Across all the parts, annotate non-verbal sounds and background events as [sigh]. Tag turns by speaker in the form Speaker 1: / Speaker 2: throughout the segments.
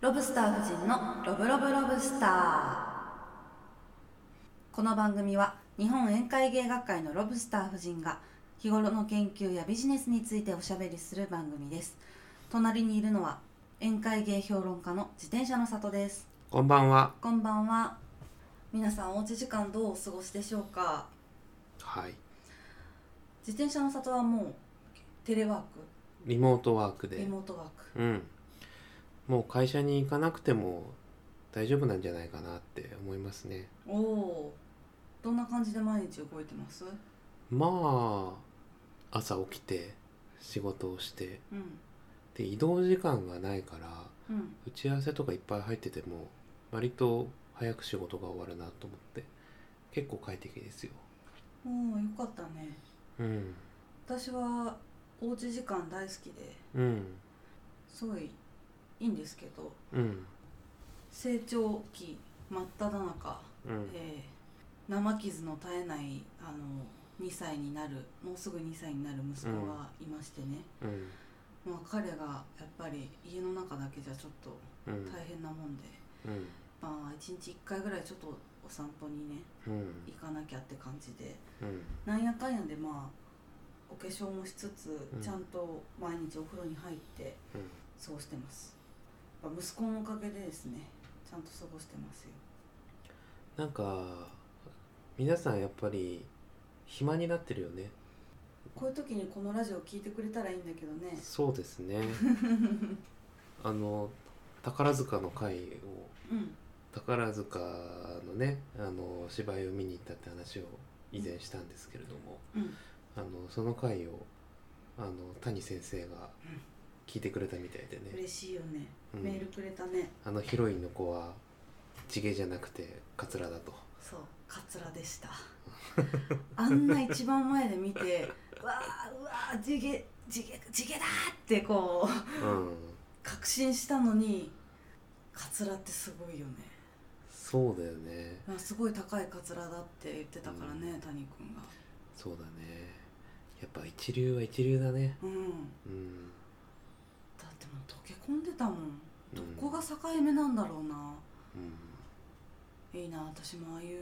Speaker 1: ロブスター夫人のロブロブロブスターこの番組は日本宴会芸学会のロブスター夫人が日頃の研究やビジネスについておしゃべりする番組です隣にいるのは宴会芸評論家の自転車の里です
Speaker 2: こんばんは。
Speaker 1: こんばんは皆さんおうち時間どうお過ごしでしょうか
Speaker 2: はい。
Speaker 1: 自転車の里はもうテレワーク
Speaker 2: リモートワーク
Speaker 1: リ
Speaker 2: で。
Speaker 1: モートワーク
Speaker 2: うん。もう会社に行かなくても大丈夫なんじゃないかなって思いますね。
Speaker 1: おおーどんな感じで毎日動いてます
Speaker 2: まあ、朝起きて仕事をして、
Speaker 1: うん
Speaker 2: で、移動時間がないから、
Speaker 1: うん
Speaker 2: 打ち合わせとかいっぱい入ってても、割と早く仕事が終わるなと思って、結構快適ですよ。
Speaker 1: おおよかったね
Speaker 2: うん。
Speaker 1: 私はおうち時間大好きで
Speaker 2: うん。
Speaker 1: すごいいいんですけど
Speaker 2: うん。
Speaker 1: 成長期真っ只中、
Speaker 2: うん。
Speaker 1: えー生傷の絶えないあの2歳になるもうすぐ2歳になる息子がいましてね、
Speaker 2: うん。
Speaker 1: まあ、彼がやっぱり家の中だけじゃちょっと
Speaker 2: うん。
Speaker 1: 大変なもんで、
Speaker 2: うん。
Speaker 1: まあ1日1回ぐらいちょっとお散歩にね
Speaker 2: う
Speaker 1: 行
Speaker 2: ん。
Speaker 1: かなきゃって感じで
Speaker 2: うん。
Speaker 1: なんやかんやでまあお化粧もしつつ、
Speaker 2: うん
Speaker 1: ちゃんと毎日お風呂に入って
Speaker 2: うん。
Speaker 1: 過ごしてますやっぱ息子のおかげでですねちゃんと過ごしてますよ
Speaker 2: なんか皆さんやっぱり暇になってるよね
Speaker 1: こういう時にこのラジオ聞いてくれたらいいんだけどね
Speaker 2: そうです
Speaker 1: [laughs]
Speaker 2: ねあの宝塚の回を
Speaker 1: うん
Speaker 2: 宝塚のねあの芝居を見に行ったって話を以前したんですけれども、
Speaker 1: うん
Speaker 2: あのその回をあの谷先生が聞いてくれたみたいでね、
Speaker 1: 嬉しいよね、
Speaker 2: うん
Speaker 1: メールくれたね
Speaker 2: あのヒロインの子は地毛じゃなくてカツラだと
Speaker 1: そうカツラでしたあんな一番前で見て [laughs] うわあうわあ地毛地毛地毛だーってこう
Speaker 2: うん
Speaker 1: 確信したのにカツラってすごいよね
Speaker 2: そうだよね
Speaker 1: まあすごい高いカツラだって言ってたからね、
Speaker 2: うん
Speaker 1: 谷君が
Speaker 2: そうだねやっぱ一流は一流だね
Speaker 1: うん
Speaker 2: うん
Speaker 1: だってもう溶け込んでたもん
Speaker 2: う
Speaker 1: ど
Speaker 2: ん
Speaker 1: こが境目なんだろうな、
Speaker 2: う
Speaker 1: いいな私もああいう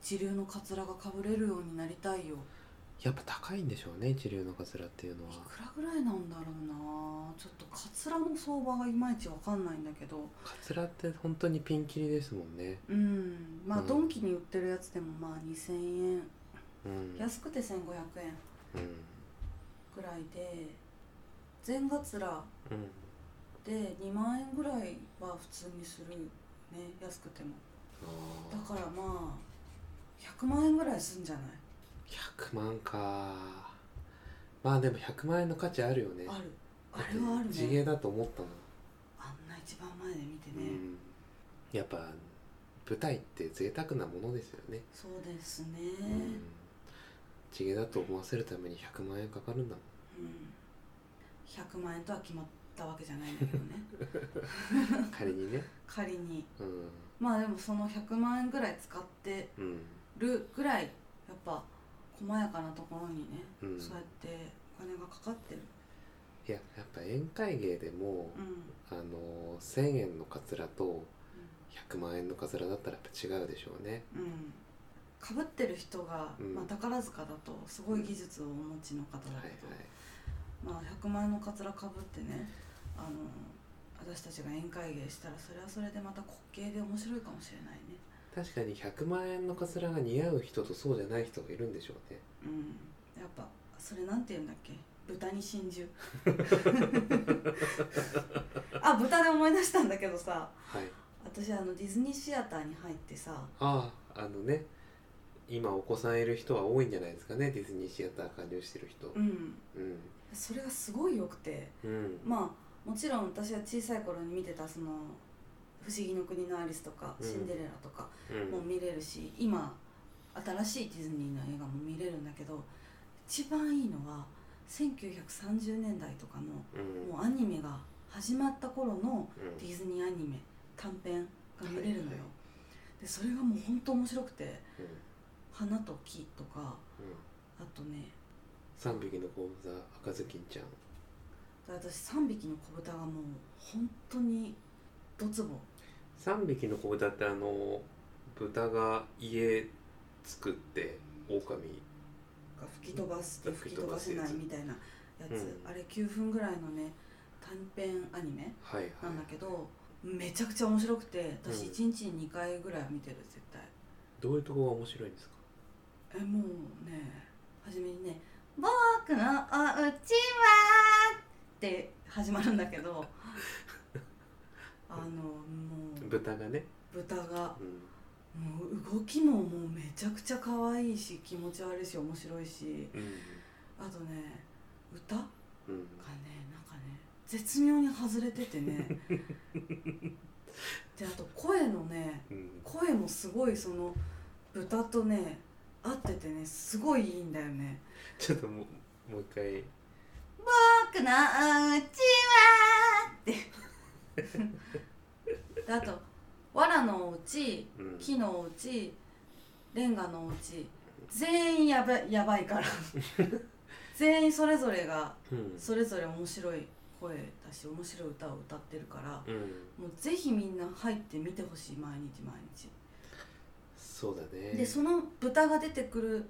Speaker 1: 一流のカツラがかぶれるようになりたいよ
Speaker 2: ん、やっぱ高いんでしょうね一流のカツラっていうの
Speaker 1: い
Speaker 2: は
Speaker 1: くらぐらいなんだろうなちょっとカツラの相場がいまいちわかんないんだけど
Speaker 2: カツラって本当にピンキリですもんね
Speaker 1: うんまあ
Speaker 2: うん
Speaker 1: ドンキに売ってるやつでもまあ2000円
Speaker 2: うん、
Speaker 1: 安くて1500円
Speaker 2: うん
Speaker 1: ぐらいで全カツラ
Speaker 2: うん、
Speaker 1: で2万円ぐらいは普通にするね安くてもだ
Speaker 2: あ
Speaker 1: からまあ100万円ぐらいすんじゃない
Speaker 2: ー100万かまあでも100万円の価値あるよね
Speaker 1: あるあれはある
Speaker 2: 地毛
Speaker 1: ね
Speaker 2: だと思ったの、
Speaker 1: あんな一番前で見て
Speaker 2: う
Speaker 1: ね、
Speaker 2: ん、やっぱ舞台って贅沢なものですよね、
Speaker 1: そうですね、
Speaker 2: うん、地毛だと思わせるために100万円かかるんだもん
Speaker 1: うん、100万円とは決まったわけじゃないんだけど
Speaker 2: [laughs]
Speaker 1: ね
Speaker 2: 仮にね
Speaker 1: 仮に
Speaker 2: うん
Speaker 1: まあでもその100万円ぐらい使って
Speaker 2: うん
Speaker 1: るぐらいやっぱ細やかなところにね、
Speaker 2: うん
Speaker 1: そうやってお金がかかってる
Speaker 2: いややっぱ宴会芸でも、
Speaker 1: うん、
Speaker 2: あの1,000円のカツラと
Speaker 1: うん
Speaker 2: 100万円のカツラだったらやっぱ違うでしょうね
Speaker 1: うんかぶってる人が、
Speaker 2: うん
Speaker 1: まあ、宝塚だとすごい技術をお持ちの方だけ
Speaker 2: は
Speaker 1: ど、
Speaker 2: いは
Speaker 1: ま
Speaker 2: い
Speaker 1: あ、100万円のかつらかぶってねあの私たちが宴会芸したらそれはそれでまた滑稽で面白いかもしれないね
Speaker 2: 確かに100万円のカツラが似合う人とそうじゃない人がいるんでしょうね
Speaker 1: うんやっぱそれなんて言うんだっけ豚に真
Speaker 2: [laughs]
Speaker 1: 珠あ豚で思い出したんだけどさ
Speaker 2: はい
Speaker 1: 私あのディズニーシアターに入ってさ、
Speaker 2: あああのね今お子さんいる人は多いんじゃないですかねディズニーシアター加入してる人
Speaker 1: うん、
Speaker 2: うん
Speaker 1: それがすごい良くて
Speaker 2: うん
Speaker 1: まあもちろん私は小さい頃に見てたその「不思議の国のアリス」とか「
Speaker 2: うん
Speaker 1: シンデレラ」とか
Speaker 2: うん
Speaker 1: もう見れるし、今新しいディズニーの映画も見れるんだけど一番いいのは1930年代とかの
Speaker 2: うん
Speaker 1: もうアニメが始まった頃の
Speaker 2: うん
Speaker 1: ディズニーアニメ短編が見れるのよ、
Speaker 2: はいは
Speaker 1: でそれがもうほんと面白くて
Speaker 2: うん
Speaker 1: 「花と木」とか
Speaker 2: うん
Speaker 1: あとね
Speaker 2: 三匹の子豚赤ずきんちゃん
Speaker 1: 私3匹の子豚がもう本当にドツボ
Speaker 2: 3匹の子だってあの豚が家作って狼
Speaker 1: が吹き飛ばして吹
Speaker 2: 吹
Speaker 1: き
Speaker 2: き
Speaker 1: 飛
Speaker 2: 飛
Speaker 1: ば
Speaker 2: ば
Speaker 1: せ
Speaker 2: す
Speaker 1: な
Speaker 2: やつ
Speaker 1: いみたいなやつ、
Speaker 2: うん
Speaker 1: あれ9分ぐらいのね短編アニメ
Speaker 2: はいはい
Speaker 1: なんだけどめちゃくちゃ面白くて私
Speaker 2: うん
Speaker 1: 1日に2回ぐらいは見てる絶対
Speaker 2: どういうところが面白いんですか
Speaker 1: えもうね初めにね「僕のお家は」って始まるんだけどあのもう
Speaker 2: 豚がね、
Speaker 1: 豚が
Speaker 2: うん、
Speaker 1: もう動きももうめちゃくちゃ可愛いし気持ち悪いし面白いし
Speaker 2: う
Speaker 1: あとね歌がね
Speaker 2: んうん
Speaker 1: なんかね絶妙に外れてて
Speaker 2: [laughs]
Speaker 1: ねであと声のね
Speaker 2: うん
Speaker 1: 声もすごいその豚とね合っててねすごいいいんだよね
Speaker 2: ちょっともうもう一回
Speaker 1: 僕のうちはって [laughs] であと「わらのうち」
Speaker 2: うん
Speaker 1: 木のうちレンガのうち全員やばやばい [laughs] から全員それぞれが
Speaker 2: うん
Speaker 1: それぞれ面白い声だし面白い歌を歌ってるから
Speaker 2: うん
Speaker 1: もうぜひみんな入って見てほしい毎日毎日、
Speaker 2: そうだね
Speaker 1: でその豚が出てくる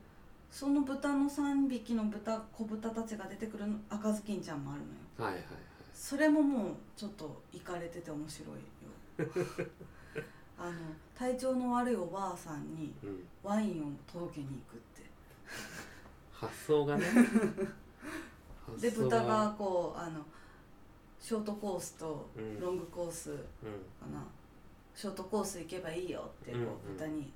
Speaker 1: その豚の3匹の豚子豚たちが出てくるの赤ずきんちゃんもあるのよ
Speaker 2: はいはいはい
Speaker 1: それももうちょっといかれてて面白いよ
Speaker 2: [laughs]
Speaker 1: あの体調の悪いおばあさんに
Speaker 2: うん
Speaker 1: ワインを届けに行くって
Speaker 2: 発想がね
Speaker 1: [laughs] で
Speaker 2: 発想
Speaker 1: 豚がこうあのショートコースと
Speaker 2: うん
Speaker 1: ロングコース
Speaker 2: うん
Speaker 1: かな、ショートコース行けばいいよってこ
Speaker 2: うん
Speaker 1: う
Speaker 2: うん
Speaker 1: 豚に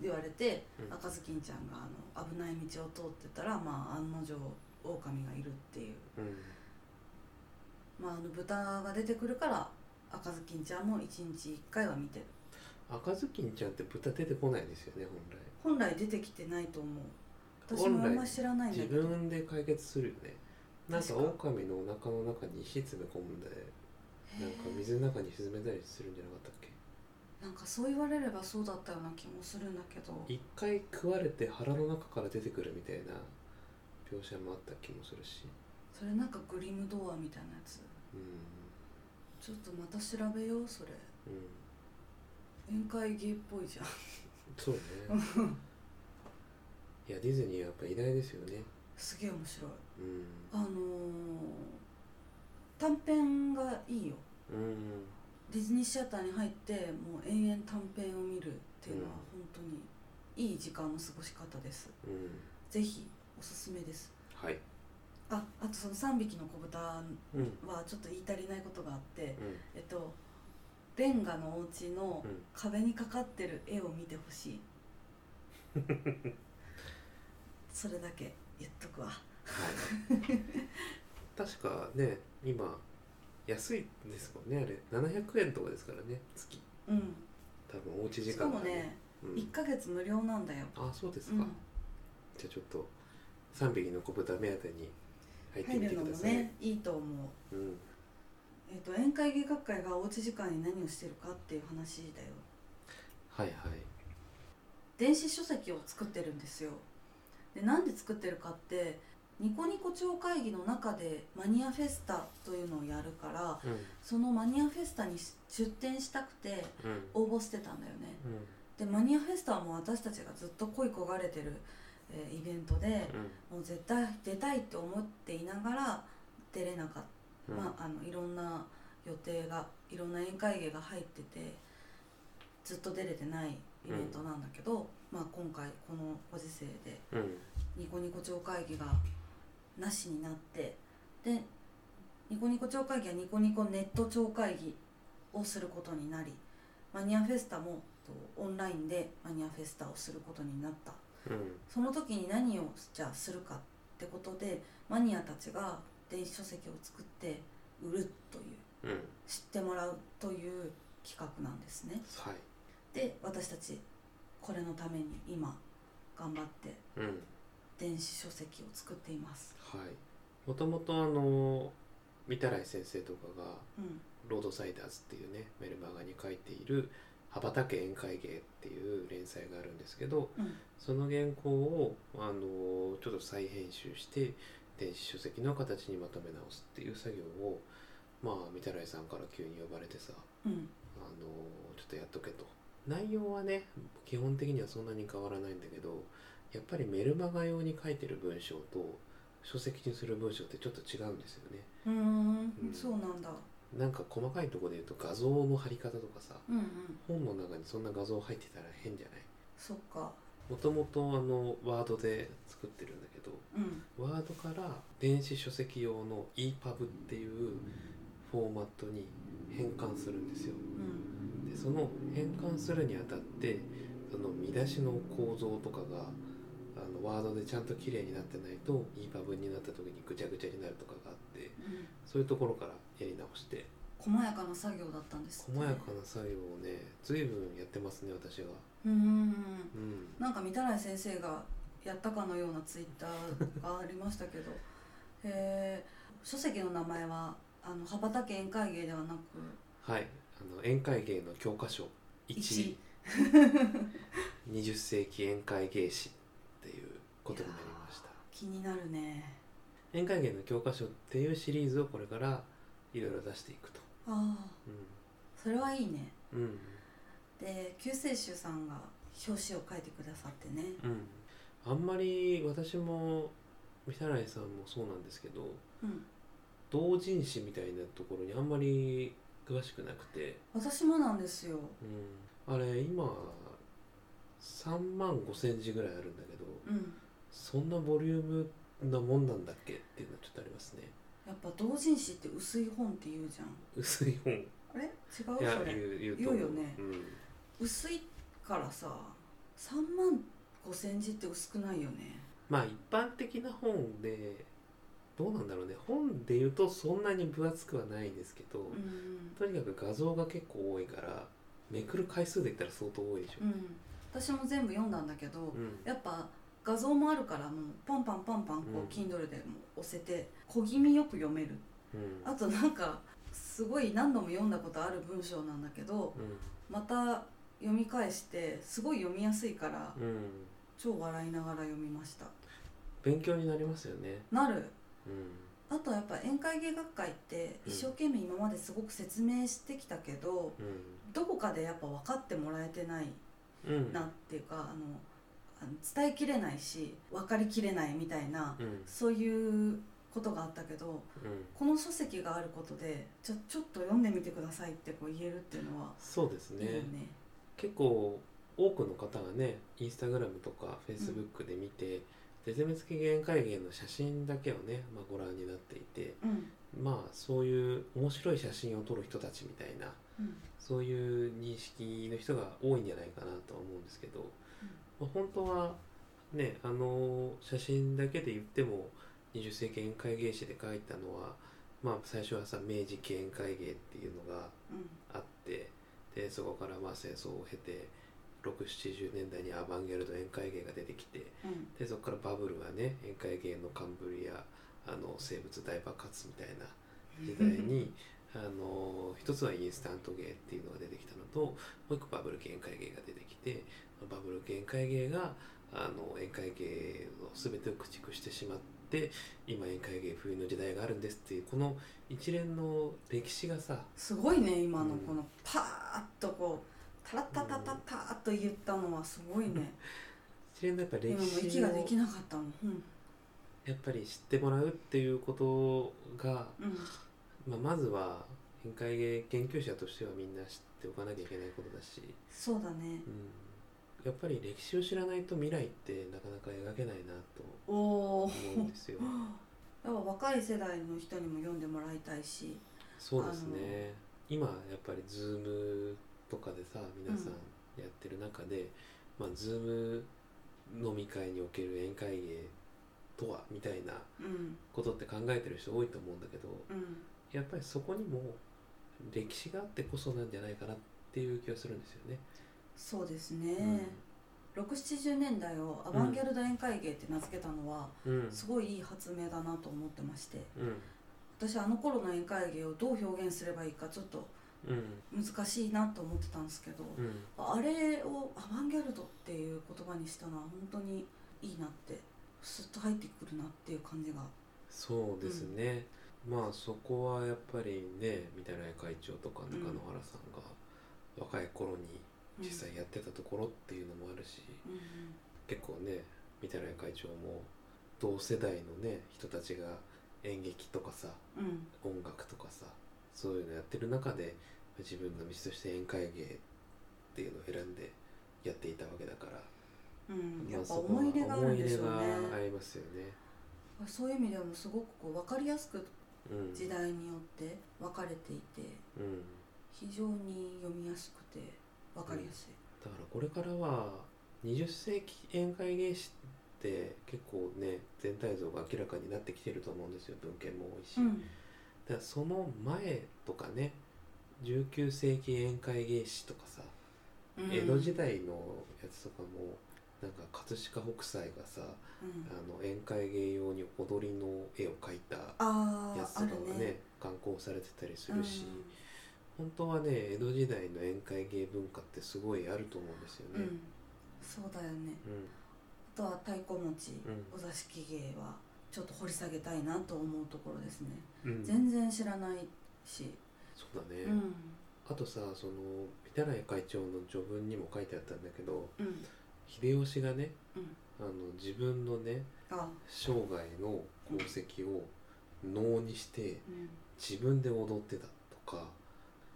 Speaker 1: 言われて、
Speaker 2: うん
Speaker 1: 赤ずきんちゃんがあの危ない道を通ってたら、まあ、案の定狼がいるっていう、
Speaker 2: うん
Speaker 1: まあ、あの豚が出てくるから赤ずきんちゃんも1日1回は見てる
Speaker 2: 赤ずきんちゃんって豚出てこないですよね
Speaker 1: 本来出てきてないと思う
Speaker 2: 本来
Speaker 1: 私もあん
Speaker 2: 本
Speaker 1: ま
Speaker 2: 来
Speaker 1: 知らないんだ
Speaker 2: 自
Speaker 1: けど
Speaker 2: 分で解決するよねなんか
Speaker 1: 確か
Speaker 2: 狼のお腹の中に火詰め込んでなんか水の中に沈めたりするんじゃなかったっけ
Speaker 1: なんかそう言われればそうだったような気もするんだけど
Speaker 2: 一回食われて腹の中から出てくるみたいな描写もあった気もするし
Speaker 1: それなんかグリム童話みたいなやつ
Speaker 2: うん
Speaker 1: ちょっとまた調べようそれ
Speaker 2: うん
Speaker 1: 宴会芸っぽいじゃん
Speaker 2: そうね
Speaker 1: [laughs]
Speaker 2: いやディズニーはやっぱ偉大ですよね
Speaker 1: すげえ面白い
Speaker 2: うん
Speaker 1: あのー、短編がいいよ
Speaker 2: うん
Speaker 1: ディズニーシアターに入ってもう延々短編を見るっていうのは本当にいい時間の過ごし方です
Speaker 2: うん
Speaker 1: ぜひおすすめです
Speaker 2: はい
Speaker 1: ああとその3匹の子豚は
Speaker 2: うんうん
Speaker 1: ちょっと言い足りないことがあってえっとレンガのお家の
Speaker 2: うん
Speaker 1: 壁にかかってる絵を見てほ
Speaker 2: [laughs]
Speaker 1: しいそれだけ言っとくわ
Speaker 2: 確かね今安いですもんねあれ700円とかですからね月
Speaker 1: うん
Speaker 2: 多分おうち時
Speaker 1: しか
Speaker 2: 間
Speaker 1: も
Speaker 2: が
Speaker 1: ね、
Speaker 2: うん
Speaker 1: 1ヶ月無料なんだよ、
Speaker 2: あそうです
Speaker 1: う
Speaker 2: か、
Speaker 1: ん
Speaker 2: じゃあちょっと3匹の子豚目当てに入って
Speaker 1: 入
Speaker 2: みて
Speaker 1: るの
Speaker 2: く
Speaker 1: も
Speaker 2: ださい、
Speaker 1: ねいいと思う、
Speaker 2: うん、
Speaker 1: えっと宴会芸学会がおうち時間に何をしてるかっていう話だよ
Speaker 2: はいはい
Speaker 1: 電子書籍を作ってるんですよでなんで作ってるかってニコニコ町会議の中でマニアフェスタというのをやるから
Speaker 2: うん
Speaker 1: そのマニアフェスタに出展したくて
Speaker 2: うん
Speaker 1: 応募してたんだよね
Speaker 2: うん
Speaker 1: でマニアフェスタはもう私たちがずっと恋焦がれてる、えーイベントでもう絶対出たいって思っていながら出れなかった、
Speaker 2: うん
Speaker 1: まあ、あのいろんな予定がいろんな宴会芸が入っててずっと出れてないイベントなんだけど、まあ、今回このご時世で
Speaker 2: うん
Speaker 1: ニコニコ町会議がなしになってでニコニコ町会議はニコニコネット町会議をすることになりマニアフェスタもとオンラインでマニアフェスタをすることになった
Speaker 2: うん
Speaker 1: その時に何をじゃあするかってことでマニアたちが電子書籍を作って売るという
Speaker 2: うんはい
Speaker 1: 知ってもらうという企画なんですねで私たちこれのために今頑張って
Speaker 2: うん
Speaker 1: 電子書籍を作っています
Speaker 2: はいもともとあの御手洗先生とかが
Speaker 1: うん
Speaker 2: ロードサイダーズっていうねメルマガに書いている羽ばたけ宴会芸っていう連載があるんですけど
Speaker 1: うん
Speaker 2: その原稿をあのちょっと再編集して電子書籍の形にまとめ直すっていう作業をまあ御手洗さんから急に呼ばれてさ
Speaker 1: うん
Speaker 2: あのちょっとやっとけと内容はね基本的にはそんなに変わらないんだけどやっぱりメルマガ用に書いてる文章と書籍にする文章ってちょっと違うんですよね
Speaker 1: うーん、
Speaker 2: うん
Speaker 1: そうなんだ
Speaker 2: なんか細かいところで言うと画像の貼り方とかさ
Speaker 1: うんうん
Speaker 2: 本の中にそんな画像入ってたら変じゃない
Speaker 1: そっか
Speaker 2: もともとあのワードで作ってるんだけど
Speaker 1: うん
Speaker 2: ワードから電子書籍用の EPUB っていうフォーマットに変換するんですよ
Speaker 1: うん
Speaker 2: でその変換するにあたってその見出しの構造とかがあのワードでちゃんと綺麗になってないと EPUB になった時にぐちゃぐちゃになるとかがあって
Speaker 1: うん
Speaker 2: そういうところからやり直して
Speaker 1: 細やかな作業だったんです
Speaker 2: 細やかな作業をね随分やってますね私が
Speaker 1: うーん
Speaker 2: うん
Speaker 1: なんか御手洗先生がやったかのようなツイッターがありましたけ [laughs] どえー書籍の名前はあの羽ばたけ宴会芸ではなく
Speaker 2: はいあの宴会芸の教科書120
Speaker 1: 一
Speaker 2: 世紀宴会芸史っていうことになりました
Speaker 1: 気になるね
Speaker 2: 宴会芸の教科書っていうシリーズをこれからいろいろ出していくと
Speaker 1: ああ
Speaker 2: う
Speaker 1: それはいいね
Speaker 2: んうん
Speaker 1: で救世主さんが表紙を書いてくださってね
Speaker 2: うんあんまり私も三原井さんもそうなんですけど
Speaker 1: うん
Speaker 2: 同人誌みたいなところにあんまり詳しくなくて、
Speaker 1: 私もなんですよ
Speaker 2: うん、あれ今3万5千字ぐらいあるんだけど
Speaker 1: うん
Speaker 2: そんなボリュームなもんなんだっけっていうのはちょっとありますね
Speaker 1: やっぱ同人誌って薄い本って言うじゃん
Speaker 2: 薄い本
Speaker 1: あれ違
Speaker 2: いうや
Speaker 1: そ
Speaker 2: 言
Speaker 1: れ
Speaker 2: う言うと思
Speaker 1: 言
Speaker 2: う
Speaker 1: うよね
Speaker 2: うん
Speaker 1: 薄いからさ3万5千字って薄くないよね
Speaker 2: まあ一般的な本でどうなんだろうね本で言うとそんなに分厚くはないですけど、
Speaker 1: うん
Speaker 2: とにかく画像が結構多いからめくる回数で言ったら相当多いでしょ
Speaker 1: う、ん私も全部読んだんだけど、
Speaker 2: うん
Speaker 1: やっぱ画像もあるからもうパンパンパンパンこ
Speaker 2: うん
Speaker 1: う Kindle でも押せて小気味よく読める
Speaker 2: うん
Speaker 1: あとなんかすごい何度も読んだことある文章なんだけどまた読み返してすごい読みやすいから
Speaker 2: うんうん
Speaker 1: 超笑いながら読みました
Speaker 2: 勉強になりますよね、
Speaker 1: なる
Speaker 2: うん
Speaker 1: あとやっぱ宴会芸学会って一生懸命今まですごく説明してきたけど、どこかでやっぱ分かってもらえてない
Speaker 2: うんうん
Speaker 1: なっていうかあのあの伝えきれないし分かりきれないみたいな
Speaker 2: うん
Speaker 1: そういうことがあったけど
Speaker 2: うん
Speaker 1: この書籍があることでちょちょっと読んでみてくださいってこう言えるっていうのは
Speaker 2: そうです
Speaker 1: いい
Speaker 2: ね
Speaker 1: よね。
Speaker 2: 結構多くの方がねインスタグラムとかフェイスブックで見て、絶滅危惧宴会芸の写真だけをね、まあ、ご覧になっていて
Speaker 1: うん
Speaker 2: まあそういう面白い写真を撮る人たちみたいな
Speaker 1: うん
Speaker 2: そういう認識の人が多いんじゃないかなとは思うんですけど、まあ、本当はねあの写真だけで言っても20世紀宴会芸誌で書いたのは、まあ、最初はさ明治期宴会芸っていうのが
Speaker 1: うん
Speaker 2: あってでそこからまあ戦争を経て670年代にアバンギャルド宴会芸が出てきて
Speaker 1: うん
Speaker 2: でそこからバブルがね宴会芸の冠やあの生物大爆発みたいな時代にあの一つはインスタント芸っていうのが出てきたのともう一個バブル限界芸が出てきてバブル限界芸があの宴会芸の全てを駆逐してしまって今宴会芸冬の時代があるんですっていうこの一連の歴史がさ
Speaker 1: すごいね今の
Speaker 2: うん
Speaker 1: このパーッとこうタラッタタタタッと言ったのはすごいね。
Speaker 2: 一連のやっぱ歴
Speaker 1: 今もう
Speaker 2: 史
Speaker 1: 息
Speaker 2: を
Speaker 1: ができなかったもん。うん
Speaker 2: やっぱり知ってもらうっていうことが、
Speaker 1: うん
Speaker 2: まあ、まずは宴会芸研究者としてはみんな知っておかなきゃいけないことだし。
Speaker 1: そうだね。
Speaker 2: うんやっぱり歴史を知らないと未来ってなかなか描けないなと
Speaker 1: おお。
Speaker 2: 思うんですよ
Speaker 1: やっぱ若い世代の人にも読んでもらいたいし、
Speaker 2: そうですね今やっぱり Zoom とかでさ皆さんやってる中で、まあ、Zoom 飲み会における宴会芸とはみたいな
Speaker 1: うん
Speaker 2: ことって考えてる人多いと思うんだけど
Speaker 1: うん、
Speaker 2: やっぱりそこにも歴史があってこそなんじゃないかなっていう気がするんですよね。
Speaker 1: そうですね。六七十年代をアバンギャルド宴会芸って名付けたのは、
Speaker 2: うん、うん
Speaker 1: すごいいい発明だなと思ってまして、
Speaker 2: うん
Speaker 1: 私あの頃の宴会芸をどう表現すればいいかちょっと
Speaker 2: うん
Speaker 1: 難しいなと思ってたんですけど、
Speaker 2: うん
Speaker 1: あれをアバンギャルドっていう言葉にしたのは本当にいいなって、スッと入ってくるなっていう感じが、
Speaker 2: そうですね、まあそこはやっぱりね三田来会長とか中野原さんが若い頃に実際やってたところっていうのもあるし、
Speaker 1: うんうん
Speaker 2: 結構ね三田来会長も同世代のね人たちが演劇とかさ
Speaker 1: うん
Speaker 2: 音楽とかさそういうのやってる中で自分の道として宴会芸っていうのを選んでやっていたわけだから、
Speaker 1: うん、や
Speaker 2: まあ
Speaker 1: っぱ
Speaker 2: そこは
Speaker 1: 思い入れがあるんでしょうね
Speaker 2: 思い入れがありますよね。
Speaker 1: そういう意味でもすごくこう分かりやすく
Speaker 2: うん、
Speaker 1: 時代によって分かれていて
Speaker 2: うん、
Speaker 1: 非常に読みやすくて分かりやすい、
Speaker 2: だからこれからは20世紀宴会芸師って結構ね全体像が明らかになってきてると思うんですよ文献も多いし、だからその前とかね19世紀宴会芸師とかさ、
Speaker 1: うん
Speaker 2: 江戸時代のやつとかもなんか葛飾北斎が
Speaker 1: う
Speaker 2: さ、
Speaker 1: ん
Speaker 2: あの宴会芸用に踊りの絵を描いた
Speaker 1: あ
Speaker 2: や
Speaker 1: ー
Speaker 2: つと
Speaker 1: あ
Speaker 2: か
Speaker 1: る
Speaker 2: がね
Speaker 1: ね
Speaker 2: 刊行されてたりするし、本当はね江戸時代の宴会芸文化ってすごいあると思うんですよ
Speaker 1: うん、う
Speaker 2: ね。
Speaker 1: んそうだよね
Speaker 2: うん
Speaker 1: あとは太鼓持ち、
Speaker 2: うん
Speaker 1: お座敷芸はちょっと掘り下げたいなと思うところですね、
Speaker 2: うん
Speaker 1: 全然知らないし、
Speaker 2: そうだね、
Speaker 1: うん
Speaker 2: あとさその三田内会長の序文にも書いてあったんだけど
Speaker 1: うん
Speaker 2: 秀吉がね、
Speaker 1: うん
Speaker 2: あの自分のね
Speaker 1: あ、
Speaker 2: 生涯の功績を能にして
Speaker 1: うん、
Speaker 2: 自分で踊ってたとか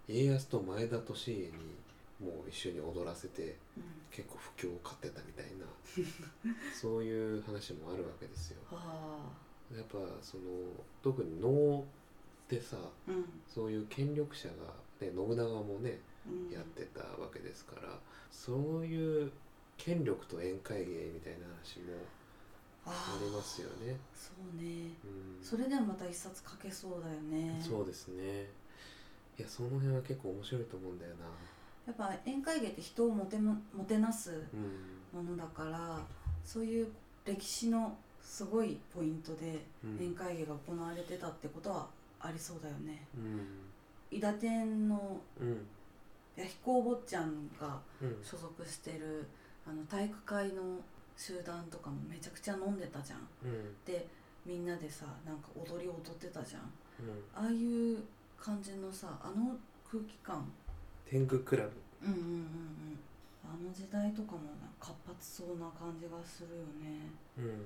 Speaker 2: 家康と前田利家にもう一緒に踊らせて
Speaker 1: うん
Speaker 2: 結構不況を買ってたみたいな
Speaker 1: [laughs]
Speaker 2: そういう話もあるわけですよ。
Speaker 1: あ
Speaker 2: やっぱその特に能ってさ
Speaker 1: ーうん
Speaker 2: そういう権力者が、ね、信長もね
Speaker 1: うん
Speaker 2: やってたわけですから、そういう権力と宴会芸みたいな話もあ
Speaker 1: あー
Speaker 2: りますよね。
Speaker 1: そうね
Speaker 2: うん、
Speaker 1: それでもまた一冊書けそうだよね
Speaker 2: そうですね。いやその辺は結構面白いと思うんだよな。
Speaker 1: やっぱ宴会芸って人をもてももてなす
Speaker 2: うん
Speaker 1: ものだからそういう歴史のすごいポイントで
Speaker 2: うん
Speaker 1: 宴会芸が行われてたってことはありそうだよね
Speaker 2: うん
Speaker 1: 伊達天の
Speaker 2: うん
Speaker 1: 弥彦坊ちゃんが
Speaker 2: うん
Speaker 1: 所属してるあの体育会の集団とかもめちゃくちゃ飲んでたじゃん
Speaker 2: うん
Speaker 1: でみんなでさなんか踊り踊ってたじゃん
Speaker 2: うん
Speaker 1: ああいう感じのさあの空気感
Speaker 2: 天狗クラブ
Speaker 1: うんうんうんうんあの時代とかもなんか活発そうな感じがするよね
Speaker 2: うん
Speaker 1: やっ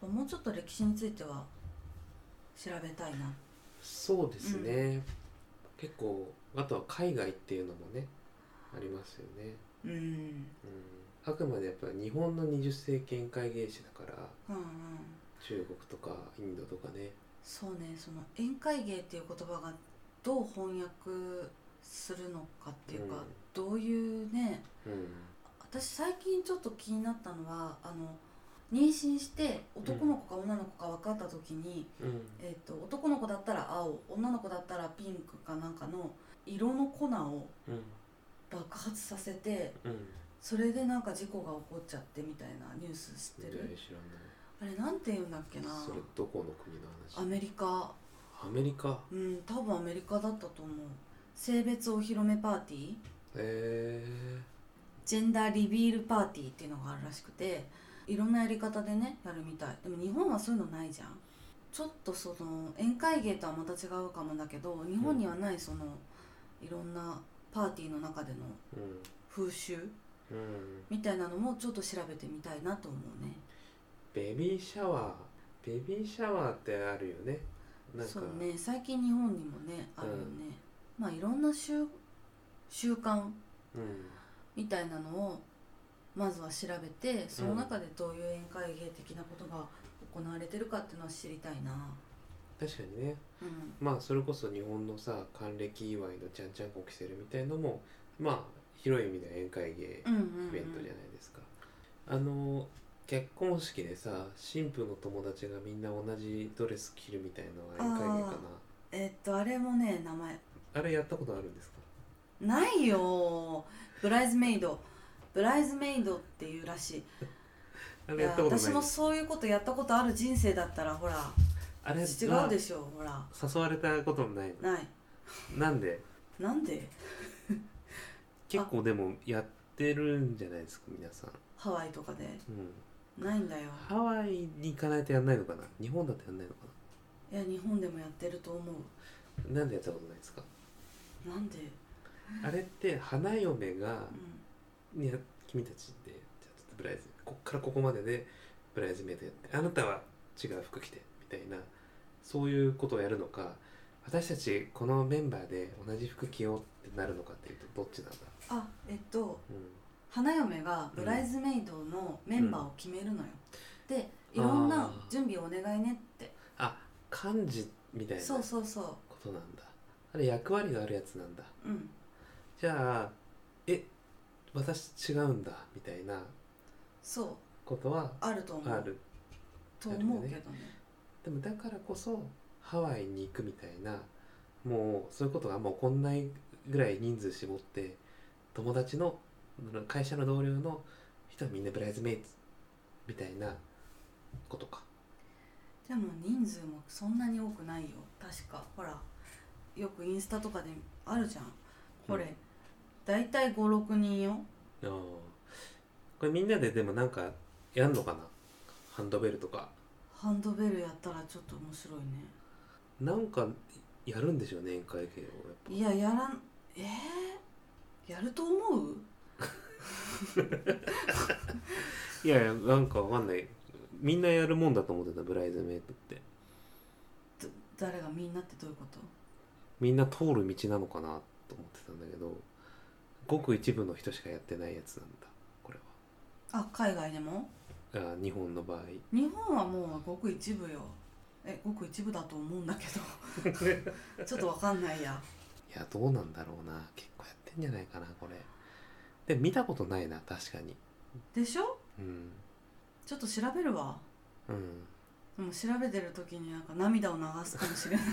Speaker 1: ぱもうちょっと歴史については調べたいな
Speaker 2: そうですね。結構あとは海外っていうのもねありますよね。
Speaker 1: うんうん
Speaker 2: うん、あくまでやっぱり日本の20世紀宴会芸師だから
Speaker 1: うん
Speaker 2: 中国とかインドとかね
Speaker 1: そうねその宴会芸っていう言葉がどう翻訳するのかっていうか、
Speaker 2: うん
Speaker 1: どういうね
Speaker 2: う
Speaker 1: 私最近ちょっと気になったのはあの妊娠して男の子か女の子か分かった時に、
Speaker 2: ん、
Speaker 1: えっと男の子だったら青女の子だったらピンクかなんかの色の粉を
Speaker 2: うん、
Speaker 1: 爆発させて
Speaker 2: うん、
Speaker 1: それでなんか事故が起こっちゃってみたいなニュース知ってる、
Speaker 2: 知ら
Speaker 1: あれなんて言うんだっけな
Speaker 2: ない。それどこの国の
Speaker 1: ア
Speaker 2: 話？
Speaker 1: メリカ
Speaker 2: アメリカ。
Speaker 1: うん多分アメリカだったと思う性別お披露目パーティー
Speaker 2: え
Speaker 1: ジェンダーリビールパーティーっていうのがあるらしくていろんなやり方でねやるみたいでも日本はそういうのないじゃんちょっとその宴会芸とはまた違うかもだけど日本にはないそのいろんなパーティーの中での
Speaker 2: えうん
Speaker 1: 風習
Speaker 2: うん。
Speaker 1: みたいなのもちょっと調べてみたいなと思うね
Speaker 2: ベビーシャワー、ベビーシャワーってあるよね。なんか
Speaker 1: そうね最近日本にもねあるよね、まあいろんな習習慣
Speaker 2: うん
Speaker 1: みたいなのをまずは調べてその中でどういう宴会芸的なことが行われてるかっていうのは知りたいな
Speaker 2: 確かにね。
Speaker 1: うん
Speaker 2: まあそれこそ日本のさ還暦祝いのちゃんちゃんこ着せるみたいのもまあ広い意味では宴会芸
Speaker 1: うん
Speaker 2: イ
Speaker 1: うん
Speaker 2: ベントじゃないですか、あの結婚式でさ新婦の友達がみんな同じドレス着るみたいな宴会芸かな
Speaker 1: えっとあれもね名前
Speaker 2: あれやったことあるんですか
Speaker 1: ないよブライズメイドブライズメイドっていうらしい
Speaker 2: あ
Speaker 1: い
Speaker 2: れやっ
Speaker 1: や
Speaker 2: たことない
Speaker 1: 私もそういうことやったことある人生だったらほら
Speaker 2: あれ
Speaker 1: 違うで
Speaker 2: し
Speaker 1: しょほら
Speaker 2: 誘われたこともない
Speaker 1: ない
Speaker 2: のなんで
Speaker 1: なんで
Speaker 2: 結構でもやってるんじゃないですか皆さん、
Speaker 1: ハワイとかで
Speaker 2: うん、
Speaker 1: ないんだよ
Speaker 2: ハワイに行かないとやんないのかな日本だとやんないのか
Speaker 1: いや日本でもやってると思う
Speaker 2: なんでやったことないですか
Speaker 1: なんで、
Speaker 2: あれって花嫁が
Speaker 1: うん、
Speaker 2: いや君たちってじゃあちょっとブライズこっからここまででブライズメイドやってあなたは違う服着てみたいなそういうことをやるのか私たちこのメンバーで同じ服着ようってなるのかっていうとどっちなんだ、
Speaker 1: あえっと
Speaker 2: う
Speaker 1: 花嫁がブライズメイドのメンバーを決めるのよ、でいろんな
Speaker 2: あー
Speaker 1: 準備をお願いねって
Speaker 2: ん、漢字みたいな
Speaker 1: そう
Speaker 2: こ
Speaker 1: そうそ
Speaker 2: となんだあれ役割があるやつなんだ
Speaker 1: ううん
Speaker 2: じゃあえ私違うんだみたいな
Speaker 1: そう
Speaker 2: ことは
Speaker 1: あると思
Speaker 2: あ
Speaker 1: う
Speaker 2: る
Speaker 1: と思うけどね
Speaker 2: でもだからこそハワイに行くみたいなもうそういうことがあんま起こんないぐらい人数絞って友達の会社の同僚の人はみんなブライズメイツみたいなことか
Speaker 1: でも人数もそんなに多くないよ確かほらよくインスタとかであるじゃんこれ、大体56人よ
Speaker 2: あーこれみんなででもなんかやんのかなハンドベルとか
Speaker 1: ハンドベルやったらちょっと面白いね
Speaker 2: なんかやるんでしょうね宴会系をやっぱ
Speaker 1: いややらんえー、やると思う
Speaker 2: いやいやなんかわかんないみんなやるもんだと思ってたブライズメイトって
Speaker 1: ど誰がみんなってどういうこと
Speaker 2: みんな通る道なのかなと思ってたんだけどごく一部の人しかやってないやつなんだこれ
Speaker 1: あ海外でも
Speaker 2: はあー日本の場合
Speaker 1: 日本はもうごく一部よえごく一部だと思うんだけ
Speaker 2: い
Speaker 1: どちょっとわかんないや
Speaker 2: やどうなんだろうな結構やってんじゃないかなこれで見たことないな確かに
Speaker 1: でしょ
Speaker 2: うん
Speaker 1: ちょっと調べるわ
Speaker 2: う
Speaker 1: で
Speaker 2: ん
Speaker 1: も調べてる時になんか涙を流すかもしれない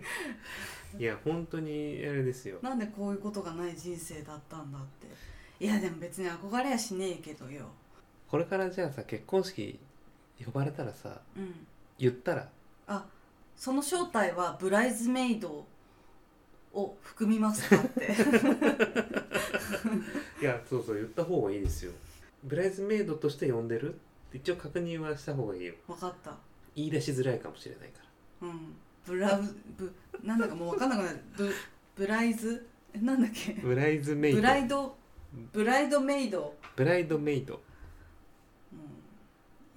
Speaker 1: [laughs]
Speaker 2: いや本当にあれですよ
Speaker 1: なんでこういうことがない人生だったんだっていやでも別に憧れやしねえけどよ
Speaker 2: これからじゃあさ結婚式呼ばれたらさ
Speaker 1: うん
Speaker 2: 言ったら
Speaker 1: あその正体はブライズメイドを含みますかって
Speaker 2: いやそうそう言った方がいいですよブライズメイドとして呼んでるって一応確認はした方がいいよ
Speaker 1: 分かった
Speaker 2: 言い出しづらいかもしれないから
Speaker 1: うんブラウブなんだかもう分かんなくなるブブライズえなんだっけ
Speaker 2: ブライズメイド
Speaker 1: ブライドブライドメイドも
Speaker 2: ブライドメイド
Speaker 1: う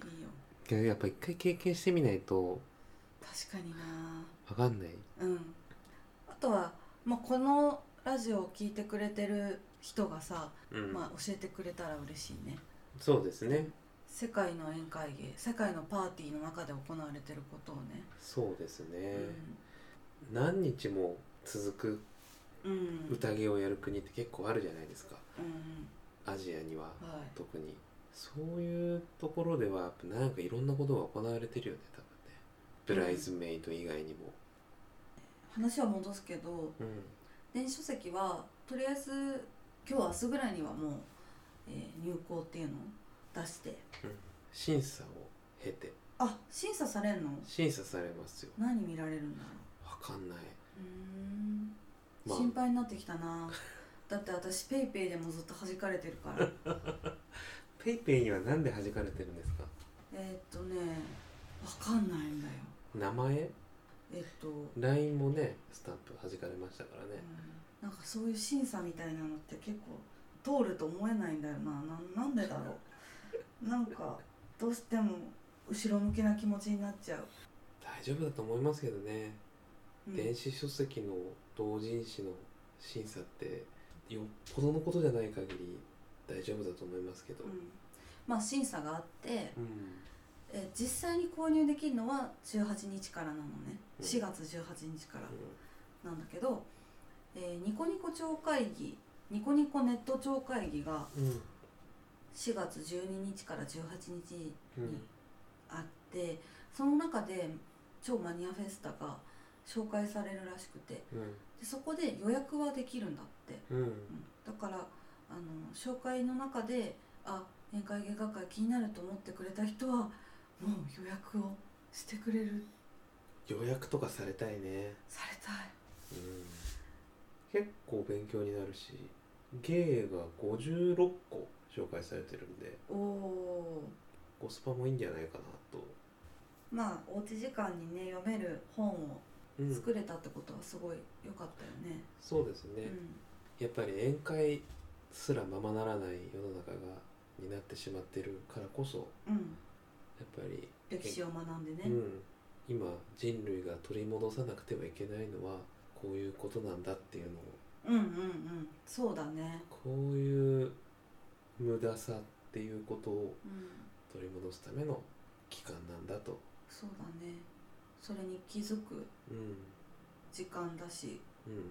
Speaker 1: いいよ
Speaker 2: いややっぱ一回経験してみないと
Speaker 1: 確かにな
Speaker 2: わかんない
Speaker 1: うんあとは、まあ、このラジオを聞いてくれてる人がさ、
Speaker 2: うん
Speaker 1: まあ、教えてくれたら嬉しいね
Speaker 2: そうですね
Speaker 1: 世界の宴会芸世界のパーティーの中で行われてることをね
Speaker 2: そうですね、何日も続く
Speaker 1: うんうん
Speaker 2: 宴をやる国って結構あるじゃないですか
Speaker 1: うん
Speaker 2: アジアには
Speaker 1: うんはい
Speaker 2: 特にそういうところではやっぱなんかいろんなことが行われてるよね多分ねブライズメイド以外にも、
Speaker 1: 話は戻すけど
Speaker 2: うん
Speaker 1: 電子書籍はとりあえず今日明日ぐらいにはもう、えー入稿っていうのを出して
Speaker 2: 審査を経て
Speaker 1: あ審査されんの
Speaker 2: 審査されますよ
Speaker 1: 何見られるんだろ
Speaker 2: わかんないう
Speaker 1: うーん
Speaker 2: まあ
Speaker 1: 心配になってきたなだって私ペイペイでもずっと弾かれてる
Speaker 2: [laughs]
Speaker 1: から
Speaker 2: ペイペイにはなんで弾かれてるんですか
Speaker 1: えーっとねわかんないんだよ
Speaker 2: 名前
Speaker 1: えっと、うん
Speaker 2: LINE もねスタンプ弾かれましたからね、
Speaker 1: なんかそういう審査みたいなのって結構通ると思えないんだよなななんでだろ
Speaker 2: [laughs]
Speaker 1: うなんかどうしても後ろ向きな気持ちになっちゃう、
Speaker 2: 大丈夫だと思いますけどね、
Speaker 1: うん
Speaker 2: 電子書籍の同人誌の審査ってよっぽどのことじゃない限り大丈夫だと思いますけど、
Speaker 1: うんまあ審査があって
Speaker 2: うん
Speaker 1: え実際に購入できるのは18日からなのね
Speaker 2: うん
Speaker 1: 4月18日からなんだけど、えーニコニコ超会議ニコニコネット超会議が
Speaker 2: うんうん
Speaker 1: 4月12日から18日に
Speaker 2: うん
Speaker 1: あってその中で超マニアフェスタが紹介されるらしくてでそこで予約はできるんだって、
Speaker 2: うんうん
Speaker 1: うんだからあの紹介の中であ宴会芸学会気になると思ってくれた人はもう予約をしてくれる
Speaker 2: 予約とかされたいね、
Speaker 1: されたい
Speaker 2: うん、結構勉強になるし芸が56個紹介されてるんで
Speaker 1: おお
Speaker 2: コスパもいいんじゃないかなと
Speaker 1: まあおうち時間にね読める本を
Speaker 2: うん
Speaker 1: 作れたってことはすごい良かったよね。
Speaker 2: そうですね、
Speaker 1: う
Speaker 2: やっぱり宴会すらままならない世の中がになってしまってるからこそ
Speaker 1: ん、うん、
Speaker 2: やっぱり、
Speaker 1: 歴史を学んで
Speaker 2: う
Speaker 1: ね。
Speaker 2: ん、今人類が取り戻さなくてはいけないのはこういうことなんだっていうのを
Speaker 1: うんうんうん、そうだね。
Speaker 2: こういう無駄さっていうことを
Speaker 1: うん、
Speaker 2: 取り戻すための期間なんだと、
Speaker 1: そうだね。それに気づく
Speaker 2: うん
Speaker 1: 時間だし、
Speaker 2: うん、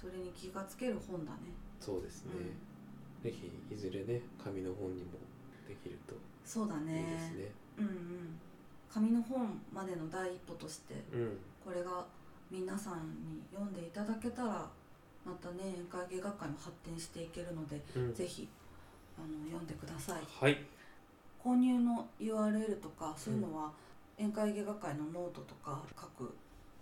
Speaker 1: それに気がつける本だね。
Speaker 2: そうですね、
Speaker 1: うん、
Speaker 2: ぜひいずれね紙の本にもできると
Speaker 1: そうだ
Speaker 2: いい
Speaker 1: ね。
Speaker 2: ですね
Speaker 1: うんうん。紙の本までの第一歩として
Speaker 2: うん
Speaker 1: これが皆さんに読んでいただけたらまたね宴会芸学会も発展していけるので、
Speaker 2: うん
Speaker 1: ぜひあの読んでください
Speaker 2: はい
Speaker 1: 購入の URL とかそういうのは、宴会芸学会のノートとか各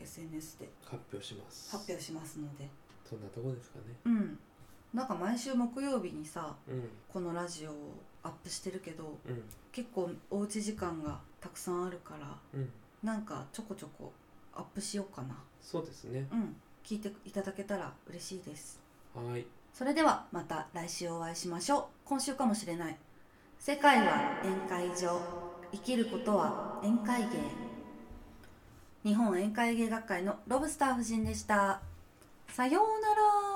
Speaker 1: SNS で
Speaker 2: 発表します
Speaker 1: 発表しますので
Speaker 2: そんなとこですかね
Speaker 1: うんなんか毎週木曜日にさ
Speaker 2: う
Speaker 1: このラジオをアップしてるけど
Speaker 2: んうん
Speaker 1: 結構おうち時間がたくさんあるから
Speaker 2: うん
Speaker 1: なんかちょこちょこアップしようかな
Speaker 2: そうですね
Speaker 1: うん、聞いていただけたら嬉しいです。
Speaker 2: はい
Speaker 1: それではまた来週お会いしましょう。今週かもしれない。世界は宴会場。生きることは宴会芸。日本宴会芸学会のロブスター夫人でした。さようなら。